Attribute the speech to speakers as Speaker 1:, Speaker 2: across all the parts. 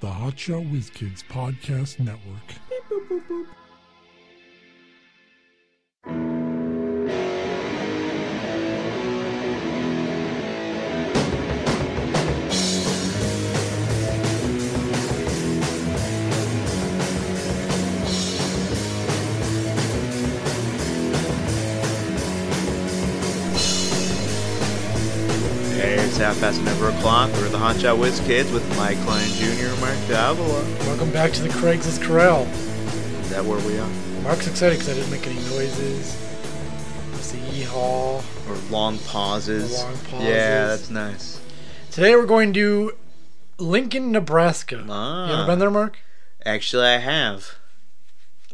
Speaker 1: the Hotshot Whiz Kids Podcast Network.
Speaker 2: Hey, it's half past never o'clock. We're the Hotshot Whiz Kids with Mike Klein Jr. and Mark Davila.
Speaker 3: Welcome back to the Craigslist Corral.
Speaker 2: Is that where we are?
Speaker 3: Mark's excited because I didn't make any noises. That's the yeehaw.
Speaker 2: Or long pauses.
Speaker 3: Long
Speaker 2: Yeah,
Speaker 3: pauses.
Speaker 2: that's nice.
Speaker 3: Today we're going to Lincoln, Nebraska. You
Speaker 2: Ah.
Speaker 3: ever been there, Mark?
Speaker 2: Actually, I have.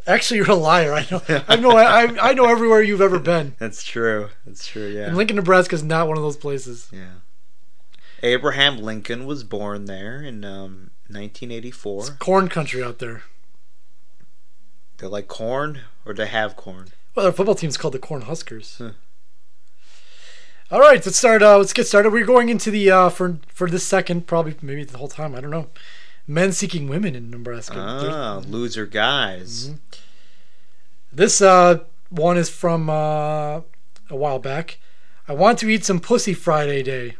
Speaker 3: Actually, you're a liar. I know. I know. I, I- I know everywhere you've ever been.
Speaker 2: That's true. That's true, yeah.
Speaker 3: And Lincoln, Nebraska is not one of those places.
Speaker 2: yeah. Abraham Lincoln was born there in um, 1984.
Speaker 3: It's corn country out there.
Speaker 2: They like corn, or they have corn.
Speaker 3: Well, their football team's called the Corn Huskers.
Speaker 2: Huh.
Speaker 3: All right, let's start. Uh, let's get started. We're going into the uh, for for this second, probably maybe the whole time. I don't know. Men seeking women in Nebraska. There's-
Speaker 2: Ah, loser guys.
Speaker 3: Mm-hmm. This uh, one is from uh, a while back. I want to eat some pussy Friday day.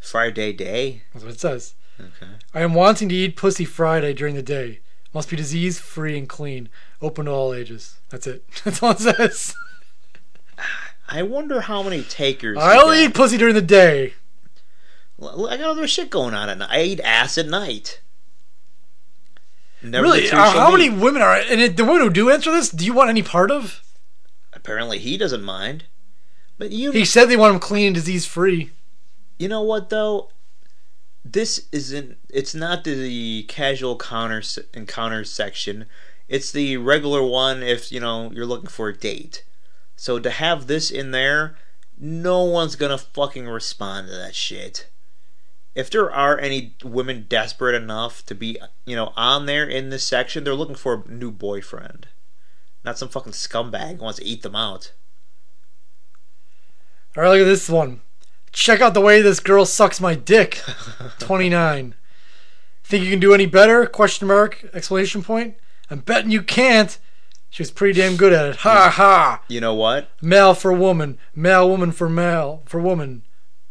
Speaker 2: Friday day.
Speaker 3: That's what it says.
Speaker 2: Okay.
Speaker 3: I am wanting to eat pussy Friday during the day. Must be disease free and clean. Open to all ages. That's it. That's all it says.
Speaker 2: I wonder how many takers. you
Speaker 3: I'll
Speaker 2: got.
Speaker 3: eat pussy during the day.
Speaker 2: Well, I got other shit going on at night. I eat ass at night. Never
Speaker 3: really?
Speaker 2: the two
Speaker 3: uh,
Speaker 2: shall
Speaker 3: how
Speaker 2: meet.
Speaker 3: many women are and it, the women who do answer this? Do you want any part of?
Speaker 2: Apparently, he doesn't mind. But you,
Speaker 3: He said they want them clean and disease free.
Speaker 2: you know what though? This isn't. It's not the casual counter se- encounter section. It's the regular one. If you know you're looking for a date, so to have this in there, no one's gonna fucking respond to that shit. if there are any women desperate enough to be, you know, on there in this section, they're looking for a new boyfriend, not some fucking scumbag who wants to eat them out.
Speaker 3: All right, look at this one. Check out the way this girl sucks my dick. 29. Think you can do any better? Question mark, exclamation point. I'm betting you can't. She was pretty damn good at it. Ha ha.
Speaker 2: You know what?
Speaker 3: Male for woman. Male woman for male for woman.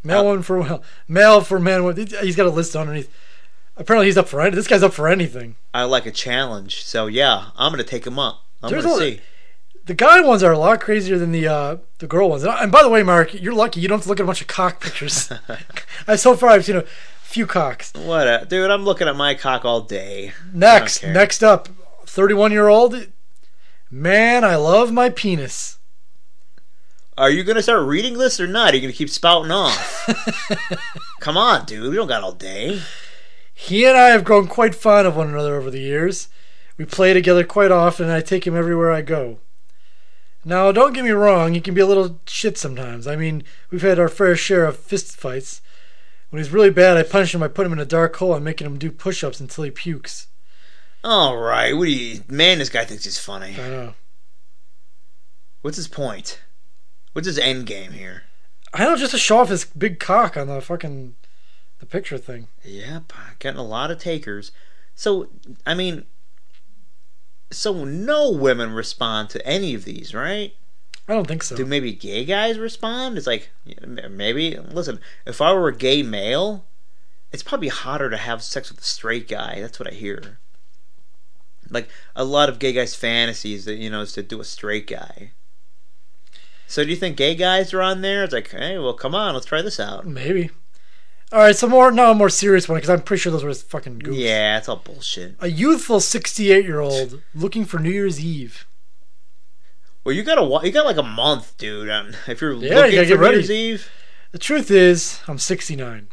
Speaker 3: Male
Speaker 2: Uh,
Speaker 3: woman for male. Male for man. wo- He's got a list underneath. Apparently he's up for any. This guy's up for anything.
Speaker 2: I like a challenge, so yeah, I'm gonna take him up. I'm
Speaker 3: There's
Speaker 2: gonna
Speaker 3: a-
Speaker 2: see.
Speaker 3: The guy ones are a lot crazier than the uh, the girl ones. And I- and by the way, Mark, you're lucky. You don't have to look at a bunch of cock pictures. I so far I've seen a few cocks.
Speaker 2: What, a, dude? I'm looking at my cock all day.
Speaker 3: Next,
Speaker 2: Okay.
Speaker 3: next up, 31 year old. Man, I love my penis.
Speaker 2: Are you gonna start reading this or not? Are you gonna keep spouting off? Come on, dude. We don't got all day.
Speaker 3: He and I have grown quite fond of one another over the years. We play together quite often, and I take him everywhere I go. Now, don't get me wrong, he can be a little shit sometimes. I mean, we've had our fair share of fist fights. When he's really bad, I punish him by putting him in a dark hole and making him do push ups until he pukes.
Speaker 2: All right. What do you? Man, this guy thinks he's funny.
Speaker 3: I know.
Speaker 2: What's his point? What's his end game here?
Speaker 3: I know, just to show off his big cock on the fucking the picture thing.
Speaker 2: Yep, getting a lot of takers. So, I mean, so no women respond to any of these, right?
Speaker 3: I don't think so.
Speaker 2: Do maybe gay guys respond? It's like yeah, m- maybe. Listen, if I were a gay male, it's probably hotter to have sex with a straight guy. That's what I hear. Like a lot of gay guys' fantasies that you know is to do a straight guy. So do you think gay guys are on there? It's like, hey, well, come on, let's try this out.
Speaker 3: Maybe. All right, some more now a more serious one because I'm pretty sure those were his fucking goofs.
Speaker 2: Yeah, it's all bullshit.
Speaker 3: A youthful 68 year old looking for New Year's Eve.
Speaker 2: Well, you got a wa- you got like a month, dude. Um, if you're
Speaker 3: Yeah, you
Speaker 2: looking
Speaker 3: gotta
Speaker 2: for
Speaker 3: get
Speaker 2: New
Speaker 3: ready.
Speaker 2: Year's Eve,
Speaker 3: The truth is, I'm 69.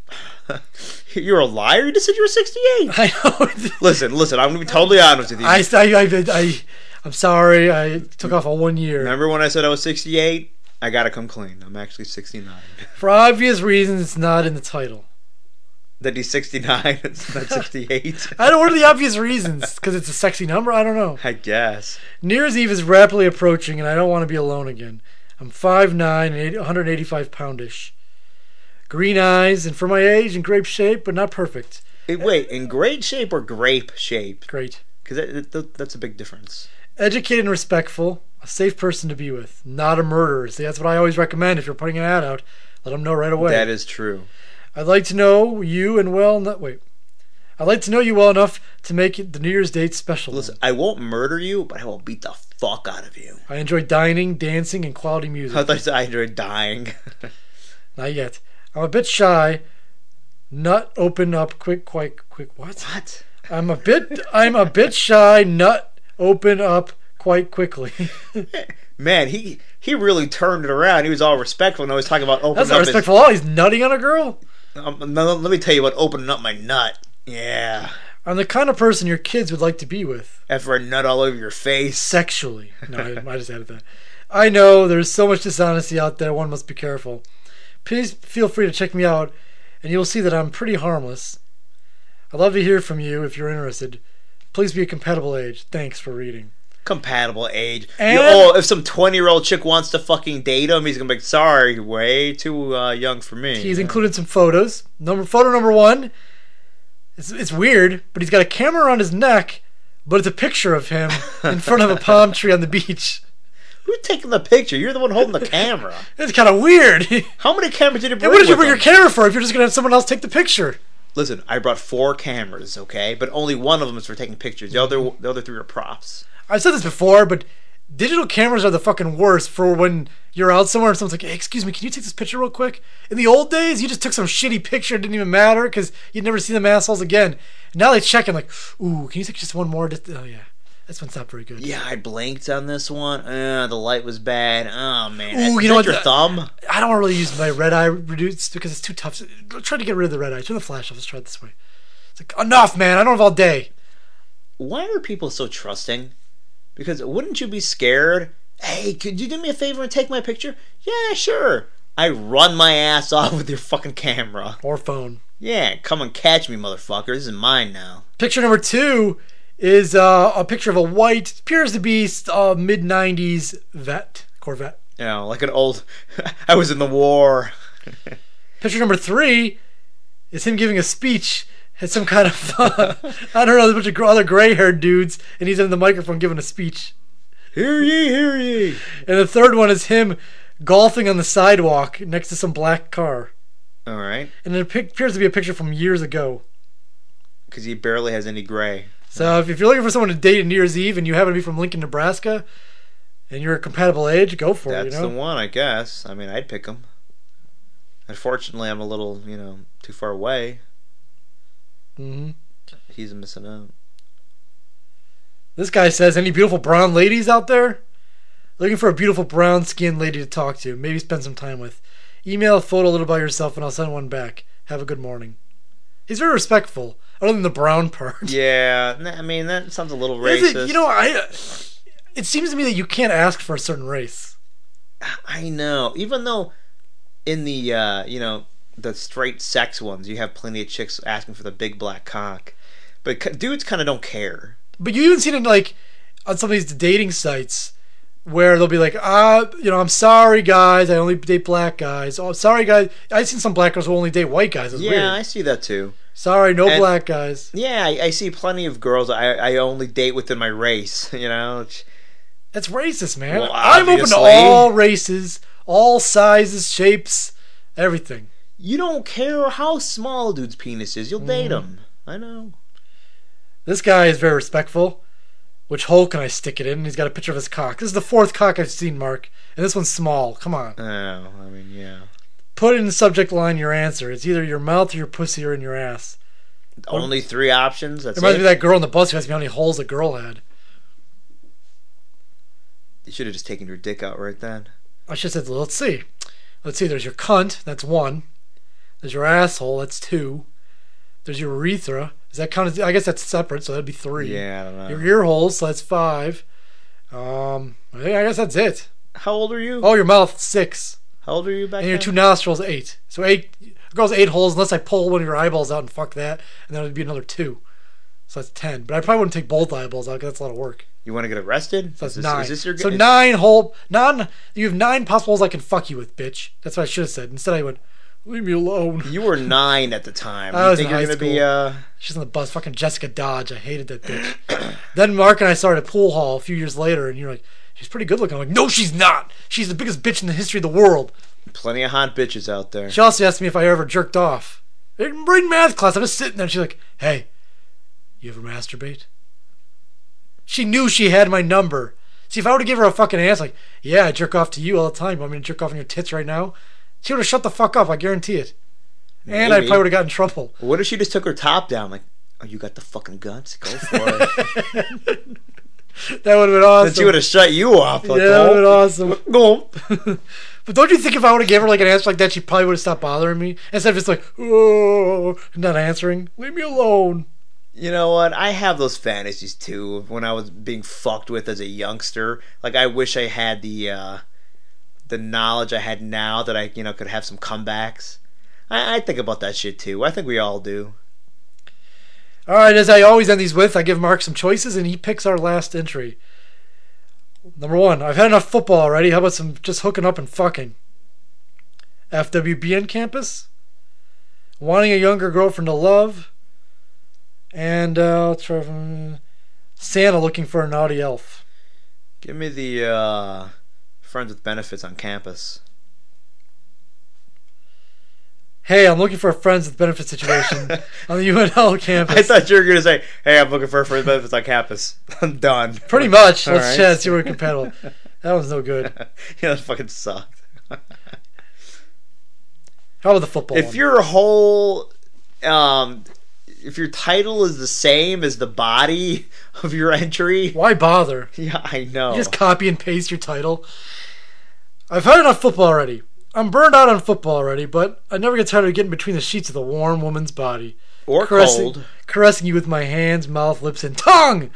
Speaker 2: you're a liar. You just said you were 68.
Speaker 3: I know.
Speaker 2: listen, listen. I'm gonna be totally honest with you.
Speaker 3: I, I, I, I, I'm sorry. I took off a one year.
Speaker 2: Remember when I said I was 68? I gotta come clean. I'm actually 69.
Speaker 3: For obvious reasons, it's not in the title.
Speaker 2: That he's 69. It's not 68.
Speaker 3: I don't. What are the obvious reasons? Because it's a sexy number. I don't know.
Speaker 2: I guess.
Speaker 3: New Year's Eve is rapidly approaching, and I don't want to be alone again. I'm 5'9 and 80 185 poundish. Green eyes, and for my age, in grape shape, but not perfect.
Speaker 2: Eh, Wait, in grade shape or grape shape?
Speaker 3: Great.
Speaker 2: Because that, that, that's a big difference.
Speaker 3: Educated and respectful, a safe person to be with, not a murderer. See, that's what I always recommend if you're putting an ad out. Let them know right away.
Speaker 2: That is true.
Speaker 3: I'd like to know you and well. No, wait, I'd like to know you well enough to make it the New Year's date special.
Speaker 2: Listen, I won't murder you, but I will beat the fuck out of you.
Speaker 3: I enjoy dining, dancing, and quality music.
Speaker 2: I thought you said I enjoyed dying.
Speaker 3: Not yet. I'm a bit shy. Nut open up quick, quite quick. What?
Speaker 2: what?
Speaker 3: I'm a bit. I'm a bit shy. Nut open up quite quickly.
Speaker 2: Man, he he really turned it around. He was all respectful and always talking about opening
Speaker 3: That's
Speaker 2: up
Speaker 3: not respectful. at all. He's nutting on a girl.
Speaker 2: His, um, no, let me tell you about opening up my nut. Yeah.
Speaker 3: I'm the kind of person your kids would like to be with
Speaker 2: After a nut all over your face.
Speaker 3: sexually. No, I, I just added that. I know there's so much dishonesty out there. One must be careful. Please feel free to check me out, and you'll see that I'm pretty harmless. I'd love to hear from you if you're interested. Please be a compatible age. Thanks for reading.
Speaker 2: Compatible age. You-
Speaker 3: And-
Speaker 2: oh, if some 20 year old chick wants to fucking date him, he's going to be like, sorry, you're way too uh, young for me.
Speaker 3: He's included some photos. Number photo number one. It's, it's weird, but he's got a camera around his neck, but it's a picture of him in front of a palm tree on the beach.
Speaker 2: Who's taking the picture? You're the one holding the camera.
Speaker 3: It's kind of weird. and
Speaker 2: How many cameras did you bring?
Speaker 3: what did you
Speaker 2: with
Speaker 3: bring
Speaker 2: him?
Speaker 3: your camera for if you're just gonna have someone else take the picture?
Speaker 2: Listen, I brought four cameras, okay, but only one of them is for taking pictures. The other, the other three are props.
Speaker 3: I've said this before, but digital cameras are the fucking worst for when you're out somewhere and someone's like, hey, excuse me, can you take this picture real quick? In the old days, you just took some shitty picture, it didn't even matter because you'd never see them assholes again. Now they check and like, ooh, can you take just one more? Just- oh, yeah. This one's not very good.
Speaker 2: Yeah, I blinked on this one. Uh, the light was bad. Oh man,
Speaker 3: Ooh,
Speaker 2: Is
Speaker 3: you know
Speaker 2: that
Speaker 3: what
Speaker 2: Your
Speaker 3: the-
Speaker 2: thumb.
Speaker 3: I don't really use my red eye reduced because it's too tough. Try to get rid of the red eye. Turn the flash off. Let's try it this way. It's like, enough, man. I don't have all day.
Speaker 2: Why are people so trusting? Because wouldn't you be scared? Hey, could you do me a favor and take my picture? Yeah, sure. I run my ass off with your fucking camera.
Speaker 3: Or phone.
Speaker 2: Yeah, come and catch me, motherfucker. This is mine now.
Speaker 3: Picture number two is uh, a picture of a white, appears to be uh, mid 90s vet, Corvette.
Speaker 2: You know, like an old. I was in the war.
Speaker 3: Picture number three is him giving a speech at some kind of, uh, I don't know, there's a bunch of gr- other gray haired dudes, and he's in the microphone giving a speech.
Speaker 2: Hear ye, hear ye.
Speaker 3: And the third one is him golfing on the sidewalk next to some black car.
Speaker 2: All right,
Speaker 3: And it pic- appears to be a picture from years ago.
Speaker 2: because he barely has any gray.
Speaker 3: So if, if you're looking for someone to date at New Year's Eve and you happen to be from Lincoln, Nebraska, and you're a compatible age, go for
Speaker 2: That's
Speaker 3: it. You know,
Speaker 2: the one, I guess. I mean, I'd pick him. Unfortunately, I'm a little, you know, too far away.
Speaker 3: hmm
Speaker 2: He's missing out.
Speaker 3: this guy says, any beautiful brown ladies out there? Looking for a beautiful brown skinned lady to talk to, maybe spend some time with. Email a photo a little about yourself, and I'll send one back. Have a good morning. He's very respectful, other than the brown part.
Speaker 2: Yeah, n- I mean that sounds a little
Speaker 3: Is
Speaker 2: racist.
Speaker 3: it, you know, I. It seems to me that you can't ask for a certain race.
Speaker 2: I know. Even though in the uh, you know the straight sex ones, you have plenty of chicks asking for the big black cock, but c- dudes kind of don't care.
Speaker 3: But you even seen it like on some of these dating sites where they'll be like, ah, you know, I'm sorry guys, I only date black guys. Oh, sorry guys, I've seen some black girls who only date white guys. It's
Speaker 2: Yeah,
Speaker 3: weird.
Speaker 2: I see that too.
Speaker 3: sorry, no
Speaker 2: and-
Speaker 3: black guys.
Speaker 2: Yeah, I, I see plenty of girls I, I only date within my race. You know,
Speaker 3: That's racist, man.
Speaker 2: Well,
Speaker 3: I'm open to
Speaker 2: obviously.
Speaker 3: all races, all sizes, shapes, everything.
Speaker 2: you don't care how small a dude's penis is, you'll date
Speaker 3: Mm-hmm.
Speaker 2: him. I know.
Speaker 3: This guy is very respectful. Which hole can I stick it in? And he's got a picture of his cock. This is the fourth cock I've seen, Mark, and this one's small. Come on.
Speaker 2: Oh, I mean, yeah.
Speaker 3: Put in the subject line your answer. It's either your mouth or your pussy or in your ass.
Speaker 2: Only three options. That's
Speaker 3: It reminds
Speaker 2: it.
Speaker 3: me of that girl on the bus who asked me how many holes a girl had.
Speaker 2: You should have just taken your dick out right then.
Speaker 3: I should have said, let's see. Let's see, there's your cunt, that's one. There's your asshole, that's two. There's your urethra. Does that count as, I guess that's separate, so that'd be three.
Speaker 2: Yeah, I don't know.
Speaker 3: Your ear holes, so that's five. Um, I think- I guess that's it.
Speaker 2: How old are you?
Speaker 3: Oh, your mouth, six.
Speaker 2: How old are you back
Speaker 3: And your
Speaker 2: then?
Speaker 3: two nostrils, eight. So eight, a girl's eight holes unless I pull one of your eyeballs out and fuck that, and then it'd be another two. So that's ten. But I probably wouldn't take both eyeballs out because that's a lot of work.
Speaker 2: you want to get arrested?
Speaker 3: So
Speaker 2: is
Speaker 3: that's
Speaker 2: this,
Speaker 3: nine.
Speaker 2: Is this your
Speaker 3: so
Speaker 2: is-
Speaker 3: nine whole nine. You have nine possible holes I can fuck you with, bitch. That's what I should have said. Instead, I went Leave me alone.
Speaker 2: You were nine at the time.
Speaker 3: I
Speaker 2: you
Speaker 3: was
Speaker 2: think
Speaker 3: in
Speaker 2: you're
Speaker 3: high
Speaker 2: gonna be uh
Speaker 3: She's on the bus. Fucking Jessica Dodge. I hated that bitch. then Mark and I started a pool hall a few years later, and you're like, she's pretty good looking. I'm like, no, she's not. She's the biggest bitch in the history of the world.
Speaker 2: plenty of hot bitches out there.
Speaker 3: She also asked me if I ever jerked off. In in math class, I'm just sitting there. And she's like, hey, you ever masturbate? She knew she had my number. See, if I were to give her a fucking ass, like, yeah, I jerk off to you all the time. You want me to jerk off on your tits right now? She would have shut the fuck up. I guarantee it. And I
Speaker 2: Maybe.
Speaker 3: probably would have gotten in trouble.
Speaker 2: What if she just took her top down? Like, oh, you got the fucking guts? Go for it.
Speaker 3: That would have been awesome.
Speaker 2: then she would have shut you off. Like,
Speaker 3: yeah, uh, that would have been
Speaker 2: "Oh,
Speaker 3: awesome.
Speaker 2: go."
Speaker 3: But don't you think if I would have given her like an answer like that, she probably would have stopped bothering me instead of just like, oh, not answering. Leave me alone.
Speaker 2: You know what? I have those fantasies too of when I was being fucked with as a youngster. Like I wish I had the uh the knowledge I had now that I, you know, could have some comebacks. I, I think about that shit too. I think we all do.
Speaker 3: All right, as I always end these with, I give Mark some choices and he picks our last entry. Number one, I've had enough football already. How about some just hooking up and fucking? FWBN campus, wanting a younger girlfriend to love, and uh, let's try from- Santa looking for a naughty elf.
Speaker 2: Give me the uh friends with benefits on campus.
Speaker 3: Hey, I'm looking for a friends with benefit situation on the UNL campus.
Speaker 2: I thought you were gonna say, "Hey, I'm looking for friends with benefits on campus." I'm done.
Speaker 3: Pretty much.
Speaker 2: All
Speaker 3: Let's
Speaker 2: right.
Speaker 3: chat. See where we're compatible. That one's no good.
Speaker 2: yeah, that fucking sucked.
Speaker 3: How about the football?
Speaker 2: If
Speaker 3: one?
Speaker 2: your whole, um, if your title is the same as the body of your entry,
Speaker 3: why bother?
Speaker 2: yeah, I know.
Speaker 3: You just copy and paste your title. I've had enough football already. I'm burned out on football already, but I never get tired of getting between the sheets of the warm woman's body,
Speaker 2: or
Speaker 3: caressing,
Speaker 2: cold.
Speaker 3: caressing you with my hands, mouth, lips, and tongue.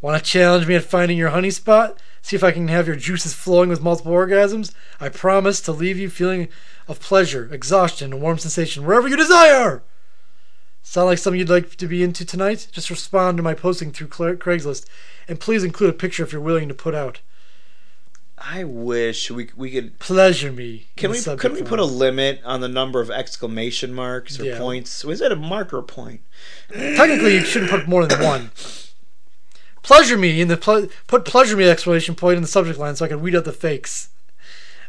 Speaker 3: Want to challenge me at finding your honey spot? See if I can have your juices flowing with multiple orgasms. I promise to leave you feeling of pleasure, exhaustion, and warm sensation wherever you desire. Sound like something you'd like to be into tonight? Just respond to my posting through Cla- Craigslist, and please include a picture if you're willing to put out.
Speaker 2: I wish we we could.
Speaker 3: Pleasure me.
Speaker 2: Can
Speaker 3: in
Speaker 2: we
Speaker 3: the subject
Speaker 2: could we
Speaker 3: line.
Speaker 2: put a limit on the number of exclamation marks or
Speaker 3: Yeah.
Speaker 2: points? Was that a mark or a point?
Speaker 3: Technically, you shouldn't put more than one. Pleasure me in the ple- put pleasure me exclamation point in the subject line so I can weed out the fakes.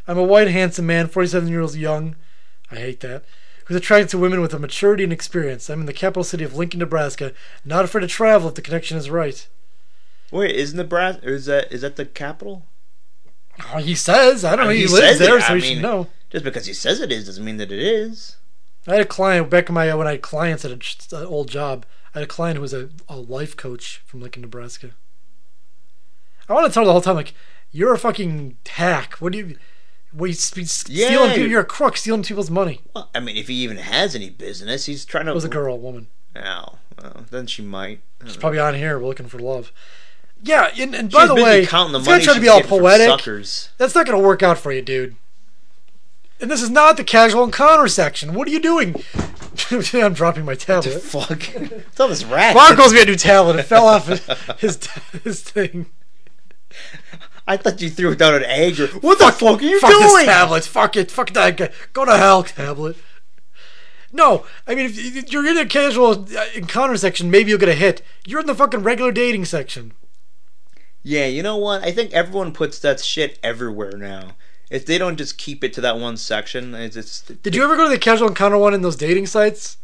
Speaker 3: I'm a white handsome man, 47 years young. I hate that. Who's attracted to women with a maturity and experience. I'm in the capital city of Lincoln, Nebraska. Not afraid to travel if the connection is right.
Speaker 2: Wait, is Nebraska? Is that is that the capital?
Speaker 3: Oh, he says. I don't know.
Speaker 2: He
Speaker 3: He,
Speaker 2: says
Speaker 3: lives there,
Speaker 2: it.
Speaker 3: so
Speaker 2: I
Speaker 3: he
Speaker 2: mean-
Speaker 3: should know.
Speaker 2: Just because he says it is doesn't mean that it is.
Speaker 3: I had a client back in my when I had clients at an old job. I had a client who was a, a life coach from Lincoln, Nebraska. I want to tell her the whole time like, you're a fucking hack. What do you? What you sp-
Speaker 2: Yeah.
Speaker 3: stealing? People, you're a crook stealing people's money.
Speaker 2: Well, I mean, if he even has any business, he's trying to.
Speaker 3: It was a girl, a woman.
Speaker 2: Oh, well, then she might.
Speaker 3: She's probably on here looking for love. Yeah, and, and by
Speaker 2: She's
Speaker 3: the
Speaker 2: busy
Speaker 3: way,
Speaker 2: counting the
Speaker 3: it's
Speaker 2: money
Speaker 3: gonna try to
Speaker 2: she's
Speaker 3: be all
Speaker 2: getting from
Speaker 3: poetic.
Speaker 2: Suckers.
Speaker 3: That's not gonna work out for you, dude. And this is not the casual encounter section. What are you doing? I'm dropping my tablet.
Speaker 2: Fuck. It's all this rat.
Speaker 3: Mark owes me a new tablet. It fell off his his thing.
Speaker 2: I thought you threw down an egg. Or, what the fuck are you
Speaker 3: fuck this
Speaker 2: doing?
Speaker 3: tablet. Fuck it. Fuck that. guy. Go to hell, tablet. No, I mean, if you- if you're in the casual uh, encounter section, maybe you'll get a hit. You're in the fucking regular dating section.
Speaker 2: Yeah, you know what? I think everyone puts that shit everywhere now. If they don't just keep it to that one section, it's, it's
Speaker 3: Did you ever go to the casual encounter one in those dating sites?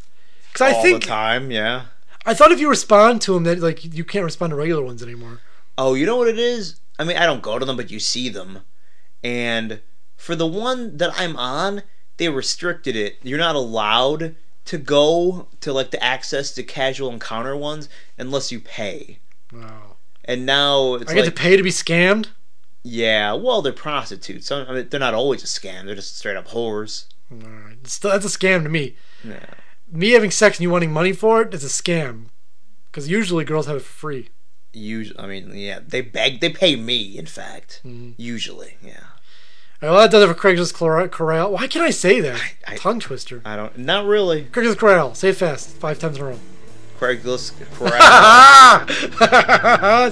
Speaker 3: Because I
Speaker 2: all
Speaker 3: think
Speaker 2: the time. Yeah.
Speaker 3: I thought if you respond to them, that like you can't respond to regular ones anymore.
Speaker 2: Oh, you know what it is? I mean, I don't go to them, but you see them. And for the one that I'm on, they restricted it. You're not allowed to go to like the access to casual encounter ones unless you pay.
Speaker 3: Wow.
Speaker 2: And now it's
Speaker 3: I get
Speaker 2: like,
Speaker 3: to pay to be scammed.
Speaker 2: yeah, well, they're prostitutes. So, I mean, they're not always a scam. They're just straight up whores.
Speaker 3: All right. It's- That's a scam to me.
Speaker 2: Yeah.
Speaker 3: me having sex and you wanting money for it is a scam because usually girls have it for free
Speaker 2: Usually, I mean, yeah, they beg, they pay me. In fact,
Speaker 3: Mm-hmm.
Speaker 2: usually, yeah.
Speaker 3: All right, well that does it for craigslist Cora- corral why can not i say that
Speaker 2: I-
Speaker 3: tongue twister
Speaker 2: I don't, not really.
Speaker 3: craigslist corral say it fast five times in a row
Speaker 2: Craigslist corral.
Speaker 3: ah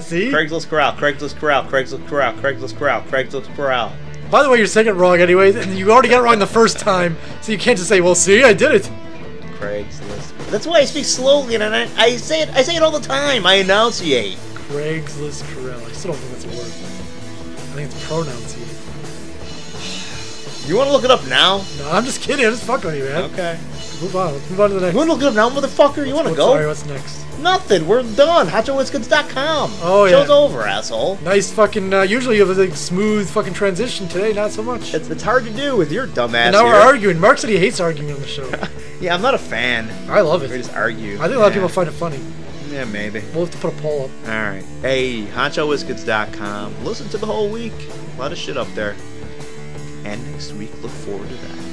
Speaker 3: see
Speaker 2: Craigslist Corral, Craigslist Corral, Craigslist Corral, Craigslist Corral, Craigslist Corral.
Speaker 3: By the way, you're saying it wrong anyways, and you already got it wrong the first time, so you can't just say, "Well, see, I did it."
Speaker 2: Craigslist. That's why I speak slowly, and I, I say it. I say it all the time. I enunciate.
Speaker 3: Craigslist Corral. I still don't think that's a word. I think it's pronunciation.
Speaker 2: You want to look it up now?
Speaker 3: No, I'm just kidding. I'm just fucking with you, man.
Speaker 2: Okay.
Speaker 3: Move on. Let's move on to the next.
Speaker 2: You want to look it up now, motherfucker? You want to
Speaker 3: What's-
Speaker 2: go?
Speaker 3: Sorry, what's next?
Speaker 2: Nothing. We're done. HotJoeWitzKids.com.
Speaker 3: Oh, yeah.
Speaker 2: Show's over, asshole.
Speaker 3: Nice fucking. Uh, usually you have a like, smooth fucking transition. Today, not so much.
Speaker 2: It's, it's hard to do with your dumbass
Speaker 3: And now
Speaker 2: here.
Speaker 3: we're arguing. Mark said he hates arguing on the show.
Speaker 2: yeah, I'm not a fan.
Speaker 3: I love
Speaker 2: We
Speaker 3: it.
Speaker 2: just argue.
Speaker 3: I think a lot of
Speaker 2: Yeah.
Speaker 3: people find it funny.
Speaker 2: Yeah, maybe.
Speaker 3: We'll have to put a poll up.
Speaker 2: All right. Hey, HonchoWhiskets.com. Listen to the whole week. A lot of shit up there. And next week, look forward to that.